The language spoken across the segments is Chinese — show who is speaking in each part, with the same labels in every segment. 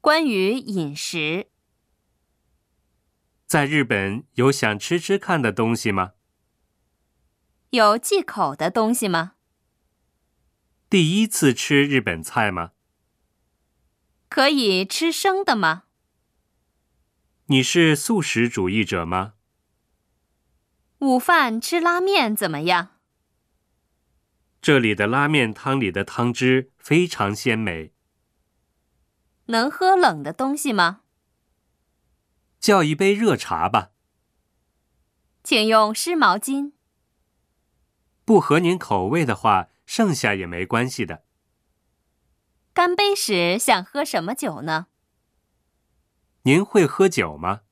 Speaker 1: 关于饮食，
Speaker 2: 在日本有想吃吃看的东西吗？
Speaker 1: 有忌口的东西吗？
Speaker 2: 第一次吃日本菜吗？
Speaker 1: 可以吃生的吗？
Speaker 2: 你是素食主义者吗？
Speaker 1: 午饭吃拉面怎么样？
Speaker 2: 这里的拉面汤里的汤汁非常鲜美。
Speaker 1: 能喝冷的东西吗？
Speaker 2: 叫一杯热茶吧，
Speaker 1: 请用湿毛巾。
Speaker 2: 不合您口味的话，剩下也没关系的。
Speaker 1: 干杯时想喝什么酒呢？
Speaker 2: 您会喝酒吗？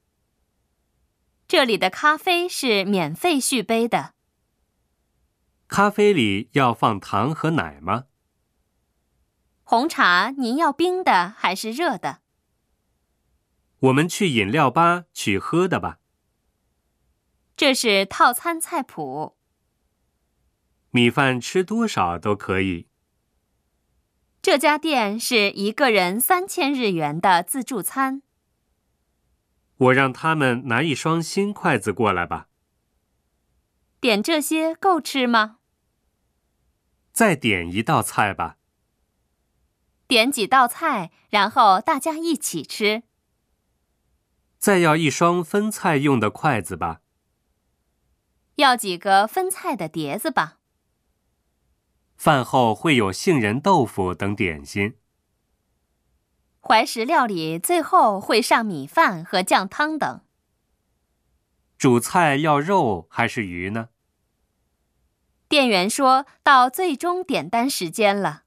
Speaker 1: 这里的咖啡是免费续杯的。
Speaker 2: 咖啡里要放糖和奶吗？
Speaker 1: 红茶您要冰的还是热的？
Speaker 2: 我们去饮料吧取喝的吧。
Speaker 1: 这是套餐菜谱。
Speaker 2: 米饭吃多少都可以。
Speaker 1: 这家店是一个人三千日元的自助餐。
Speaker 2: 我让他们拿一双新筷子过来吧。
Speaker 1: 点这些够吃吗？
Speaker 2: 再点一道菜吧。
Speaker 1: 点几道菜，然后大家一起吃。
Speaker 2: 再要一双分菜用的筷子吧。
Speaker 1: 要几个分菜的碟子吧。
Speaker 2: 饭后会有杏仁豆腐等点心。
Speaker 1: 怀石料理最后会上米饭和酱汤等。
Speaker 2: 主菜要肉还是鱼呢？
Speaker 1: 店员说到最终点单时间了。